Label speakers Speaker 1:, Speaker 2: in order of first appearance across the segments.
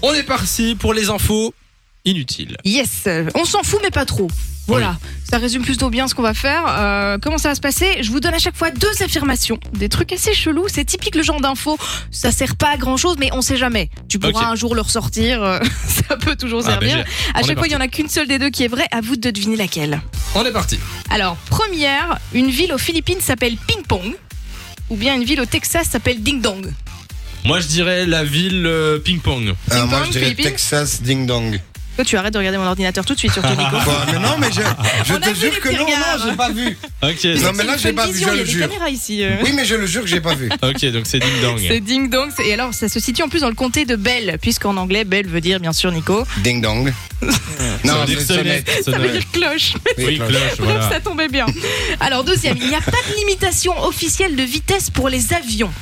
Speaker 1: On est parti pour les infos inutiles.
Speaker 2: Yes, euh, on s'en fout mais pas trop. Voilà, ça résume plutôt bien ce qu'on va faire. Euh, comment ça va se passer Je vous donne à chaque fois deux affirmations, des trucs assez chelous. C'est typique le genre d'info. Ça sert pas à grand chose, mais on sait jamais. Tu pourras
Speaker 1: Ok.
Speaker 2: un jour le ressortir. euh, ça peut toujours
Speaker 1: Ah, ben,
Speaker 2: servir.
Speaker 1: j'ai-
Speaker 2: à
Speaker 1: on est
Speaker 2: chaque fois,
Speaker 1: parti.
Speaker 2: il y en a qu'une seule des deux qui est vraie. À vous de deviner laquelle.
Speaker 1: On est parti.
Speaker 2: Alors, première, une ville aux Philippines s'appelle Ping Pong, ou bien une ville au Texas s'appelle Ding Dong.
Speaker 1: Moi, je dirais la ville euh, ping-pong.
Speaker 2: Ding
Speaker 3: moi,
Speaker 2: dong,
Speaker 3: je dirais
Speaker 2: Philippines.
Speaker 3: Texas Ding Dong.
Speaker 2: Toi, tu arrêtes de regarder mon ordinateur tout de suite, surtout Nico.
Speaker 3: Quoi Ah, mais non, mais je, je
Speaker 2: On a
Speaker 3: te
Speaker 2: vu les
Speaker 3: jure que non,
Speaker 2: regards.
Speaker 3: non, j'ai pas vu.
Speaker 1: Ok,
Speaker 3: Non, mais là, j'ai pas vu,
Speaker 2: Vision,
Speaker 3: je
Speaker 2: il y a
Speaker 3: le
Speaker 2: des
Speaker 3: jure.
Speaker 2: caméras ici. euh.
Speaker 3: Oui, mais je le jure que j'ai pas vu.
Speaker 1: ok, donc c'est ding
Speaker 2: C'est
Speaker 1: dong.
Speaker 2: ding dong. c'est- Et alors, ça se situe en plus dans le comté de Bell, puisqu'en anglais, Bell veut dire, bien sûr, Nico,
Speaker 3: Ding Dong. Non, c'est sonnette.
Speaker 2: ça veut dire cloche.
Speaker 1: Oui, cloche,
Speaker 2: Donc
Speaker 1: voilà.
Speaker 2: ça tombait bien. Alors, deuxième, il n'y a pas de limitation officielle de vitesse pour les avions.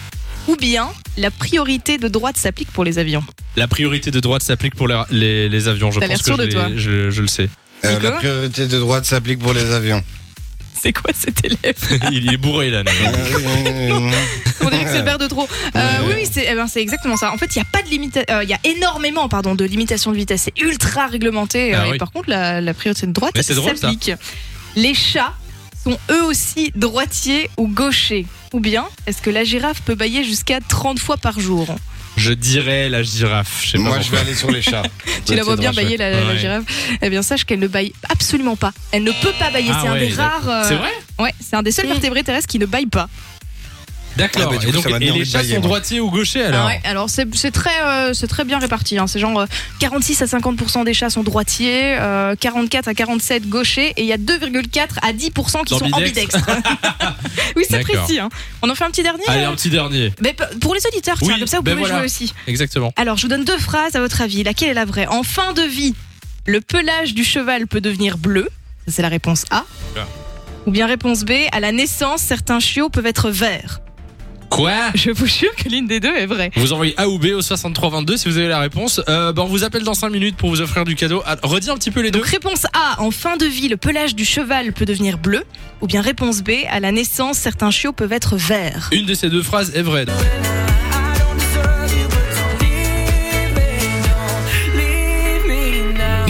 Speaker 2: Ou bien, la priorité de droite s'applique pour les avions.
Speaker 1: La priorité de droite s'applique pour la- les, les avions. Je
Speaker 2: T'as
Speaker 1: pense
Speaker 2: l'air
Speaker 1: que
Speaker 2: sûr de
Speaker 1: je, l'ai-
Speaker 2: toi.
Speaker 1: je- je le sais.
Speaker 3: Euh,
Speaker 2: Nico
Speaker 3: la priorité de droite s'applique pour les avions.
Speaker 2: C'est quoi cet élève
Speaker 1: Il est bourré là. non
Speaker 2: On dirait que c'est le verre de trop. Euh, oui, oui, c'est eh ben, c'est exactement ça. En fait, il y a pas de limita- euh, il y a énormément, pardon, de limitations de vitesse. C'est ultra réglementé.
Speaker 1: Ah
Speaker 2: euh,
Speaker 1: oui.
Speaker 2: Et par contre, la, la priorité de droite
Speaker 1: Mais c'est drôle, ça.
Speaker 2: s'applique. Les chats sont eux aussi droitiers ou gauchers. Ou bien, est-ce que la girafe peut bailler jusqu'à 30 fois par jour
Speaker 1: Je dirais la girafe. Je sais pas
Speaker 3: Moi, je vais
Speaker 1: pourquoi.
Speaker 3: aller sur les chats.
Speaker 2: Tu la vois bien bailler, la, la
Speaker 1: Ouais.
Speaker 2: girafe Eh bien, sache qu'elle ne baille absolument pas. Elle ne peut pas bailler.
Speaker 1: Ah
Speaker 2: c'est un
Speaker 1: ouais,
Speaker 2: des
Speaker 1: d'accord.
Speaker 2: rares. euh,
Speaker 1: C'est vrai Hmm.
Speaker 2: Ouais, c'est un des seuls vertébrés terrestres qui ne baille pas.
Speaker 1: D'accord.
Speaker 3: Ah bah, du
Speaker 1: et
Speaker 3: coup,
Speaker 1: donc,
Speaker 3: ça m'a
Speaker 1: et
Speaker 3: donné
Speaker 1: les
Speaker 3: envie de
Speaker 1: chats
Speaker 3: bailler,
Speaker 1: sont
Speaker 3: moi.
Speaker 1: droitiers ou gauchers alors
Speaker 2: Ah ouais, alors c'est c'est très, euh, c'est très bien réparti. hein. C'est genre euh, 46 à 50% des chats sont droitiers, euh, 44 à 47 gauchers, et il y a 2,4 à 10% qui sont
Speaker 1: Ambidextres.
Speaker 2: ambidextres. oui, c'est
Speaker 1: D'accord.
Speaker 2: précis. hein. On en fait un petit dernier
Speaker 1: Allez,
Speaker 2: euh
Speaker 1: un petit dernier.
Speaker 2: Mais p- Pour les auditeurs, tiens,
Speaker 1: Oui,
Speaker 2: comme ça vous
Speaker 1: ben
Speaker 2: pouvez
Speaker 1: voilà.
Speaker 2: jouer aussi.
Speaker 1: Exactement.
Speaker 2: Alors, je vous donne deux phrases à votre avis. Laquelle est la vraie En fin de vie, le pelage du cheval peut devenir bleu. Ça, c'est la réponse A.
Speaker 1: Oula.
Speaker 2: Ou bien réponse B, à la naissance, certains chiots peuvent être verts.
Speaker 1: Quoi
Speaker 2: Je vous jure que l'une des deux est vraie.
Speaker 1: Vous envoyez A ou B au 6322 si vous avez la réponse. Euh, bah, on vous appelle dans 5 minutes pour vous offrir du cadeau. Ah, redis un petit peu les deux.
Speaker 2: Donc réponse A, en fin de vie, le pelage du cheval peut devenir bleu. Ou bien réponse B, à la naissance, certains chiots peuvent être verts.
Speaker 1: Une de ces deux phrases est vraie.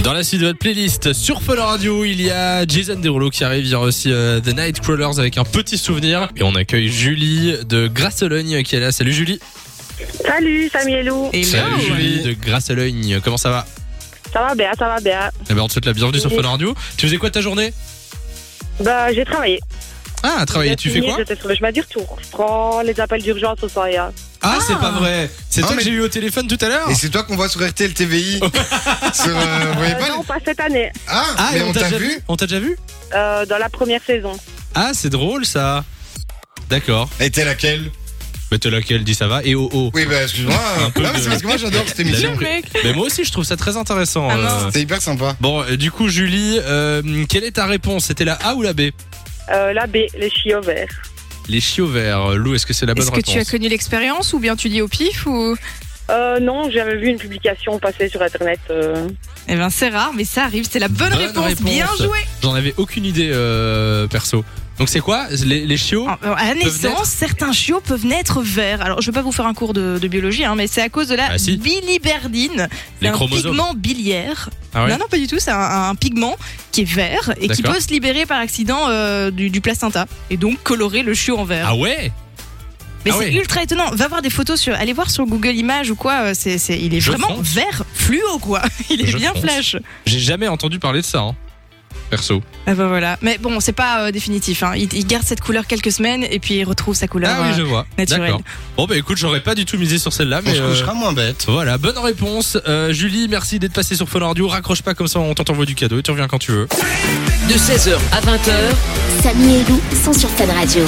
Speaker 1: Dans la suite de votre playlist sur Fun Radio, il y a Jason Derulo qui arrive, il y aura aussi euh, The Night Crawlers avec un petit souvenir. Et on accueille Julie de Grasselogne qui est là. Salut Julie.
Speaker 4: Salut, Samielou.
Speaker 2: Et là,
Speaker 1: Salut Julie de Grasselogne. Comment ça va
Speaker 4: Ça va bien, ça va bien.
Speaker 1: Eh ben, on te souhaite la bienvenue sur Fun Radio. Tu faisais quoi de ta journée
Speaker 4: Bah, j'ai travaillé.
Speaker 1: Ah, travailler,
Speaker 4: J'ai
Speaker 1: tu fais
Speaker 4: signé,
Speaker 1: quoi
Speaker 4: j'étais sur le chemin du retour. Je prends les appels d'urgence au soya.
Speaker 1: Ah, c'est pas vrai. C'est
Speaker 3: Ah,
Speaker 1: toi que
Speaker 3: mais-
Speaker 1: j'ai eu au téléphone tout à l'heure
Speaker 3: Et c'est toi qu'on voit sur RTL TVI. Sur, euh, vous voyez pas
Speaker 4: non,
Speaker 3: les-
Speaker 4: pas cette année.
Speaker 3: Ah,
Speaker 1: Ah,
Speaker 3: mais
Speaker 1: et
Speaker 3: on t'a
Speaker 1: déjà
Speaker 3: vu
Speaker 1: On t'a déjà vu
Speaker 4: Euh, dans la première saison.
Speaker 1: Ah, c'est drôle ça. D'accord.
Speaker 3: Et t'es laquelle
Speaker 1: Mais t'es laquelle dit ça va Et oh oh.
Speaker 3: Oui, bah excuse-moi.
Speaker 1: Un peu
Speaker 3: Non, mais
Speaker 1: de-
Speaker 3: c'est parce que moi j'adore cette
Speaker 1: La
Speaker 3: émission.
Speaker 1: même- Mais moi aussi je trouve ça très intéressant. euh.
Speaker 2: Ah, mince.
Speaker 3: C'est hyper sympa.
Speaker 1: Bon, euh, du coup Julie, euh, quelle est ta réponse C'était la A ou la B
Speaker 4: Euh, la B, les chiots verts.
Speaker 1: Les chiots verts. Lou, est-ce que c'est la bonne
Speaker 2: Est-ce que
Speaker 1: réponse
Speaker 2: tu as connu l'expérience ou bien tu dis au pif ou...
Speaker 4: Euh, non, j'avais vu une publication passer sur internet. euh.
Speaker 2: Eh ben c'est rare, mais ça arrive, c'est la bonne,
Speaker 1: Bonne
Speaker 2: réponse.
Speaker 1: réponse.
Speaker 2: Bien joué
Speaker 1: J'en avais aucune idée euh, perso. Donc c'est quoi les, les chiots
Speaker 2: En- en- À la
Speaker 1: naître-
Speaker 2: naissance, certains chiots peuvent naître verts. Alors, je vais pas vous faire un cours de, de biologie, hein, mais c'est à cause de la
Speaker 1: Ah, si.
Speaker 2: biliverdine. C'est
Speaker 1: Les
Speaker 2: un
Speaker 1: chromosomes.
Speaker 2: pigment biliaire.
Speaker 1: Ah ouais
Speaker 2: Ah, Non, non, pas du tout. C'est un, un pigment qui est vert et qui
Speaker 1: D'accord.
Speaker 2: peut se libérer par accident euh, du, du placenta et donc colorer le chiot en vert.
Speaker 1: Ah ouais
Speaker 2: Mais
Speaker 1: ah
Speaker 2: c'est
Speaker 1: ouais.
Speaker 2: ultra étonnant. Va voir des photos sur, allez voir sur Google Images ou quoi. euh, C'est, c'est- il est
Speaker 1: Je
Speaker 2: vraiment
Speaker 1: fonce.
Speaker 2: vert fluo quoi. Il est
Speaker 1: Je
Speaker 2: bien
Speaker 1: fonce.
Speaker 2: flash.
Speaker 1: J'ai jamais entendu parler de ça, hein, perso.
Speaker 2: Ah bah voilà. Mais bon, c'est pas euh, définitif. hein. Il, il garde cette couleur quelques semaines et puis il retrouve sa couleur.
Speaker 1: ah oui,
Speaker 2: euh,
Speaker 1: je vois.
Speaker 2: naturel.
Speaker 1: D'accord. Bon bah écoute, j'aurais pas du tout misé sur celle-là,
Speaker 3: On
Speaker 1: mais
Speaker 3: se
Speaker 1: euh,
Speaker 3: couchera moins bête.
Speaker 1: Voilà, bonne réponse. Euh, Julie, merci d'être passée sur Fun Radio. Raccroche pas comme ça, on t'envoie du cadeau et tu reviens quand tu veux.
Speaker 5: De 16h à 20h,
Speaker 6: Samy et Lou sont sur Fan Radio.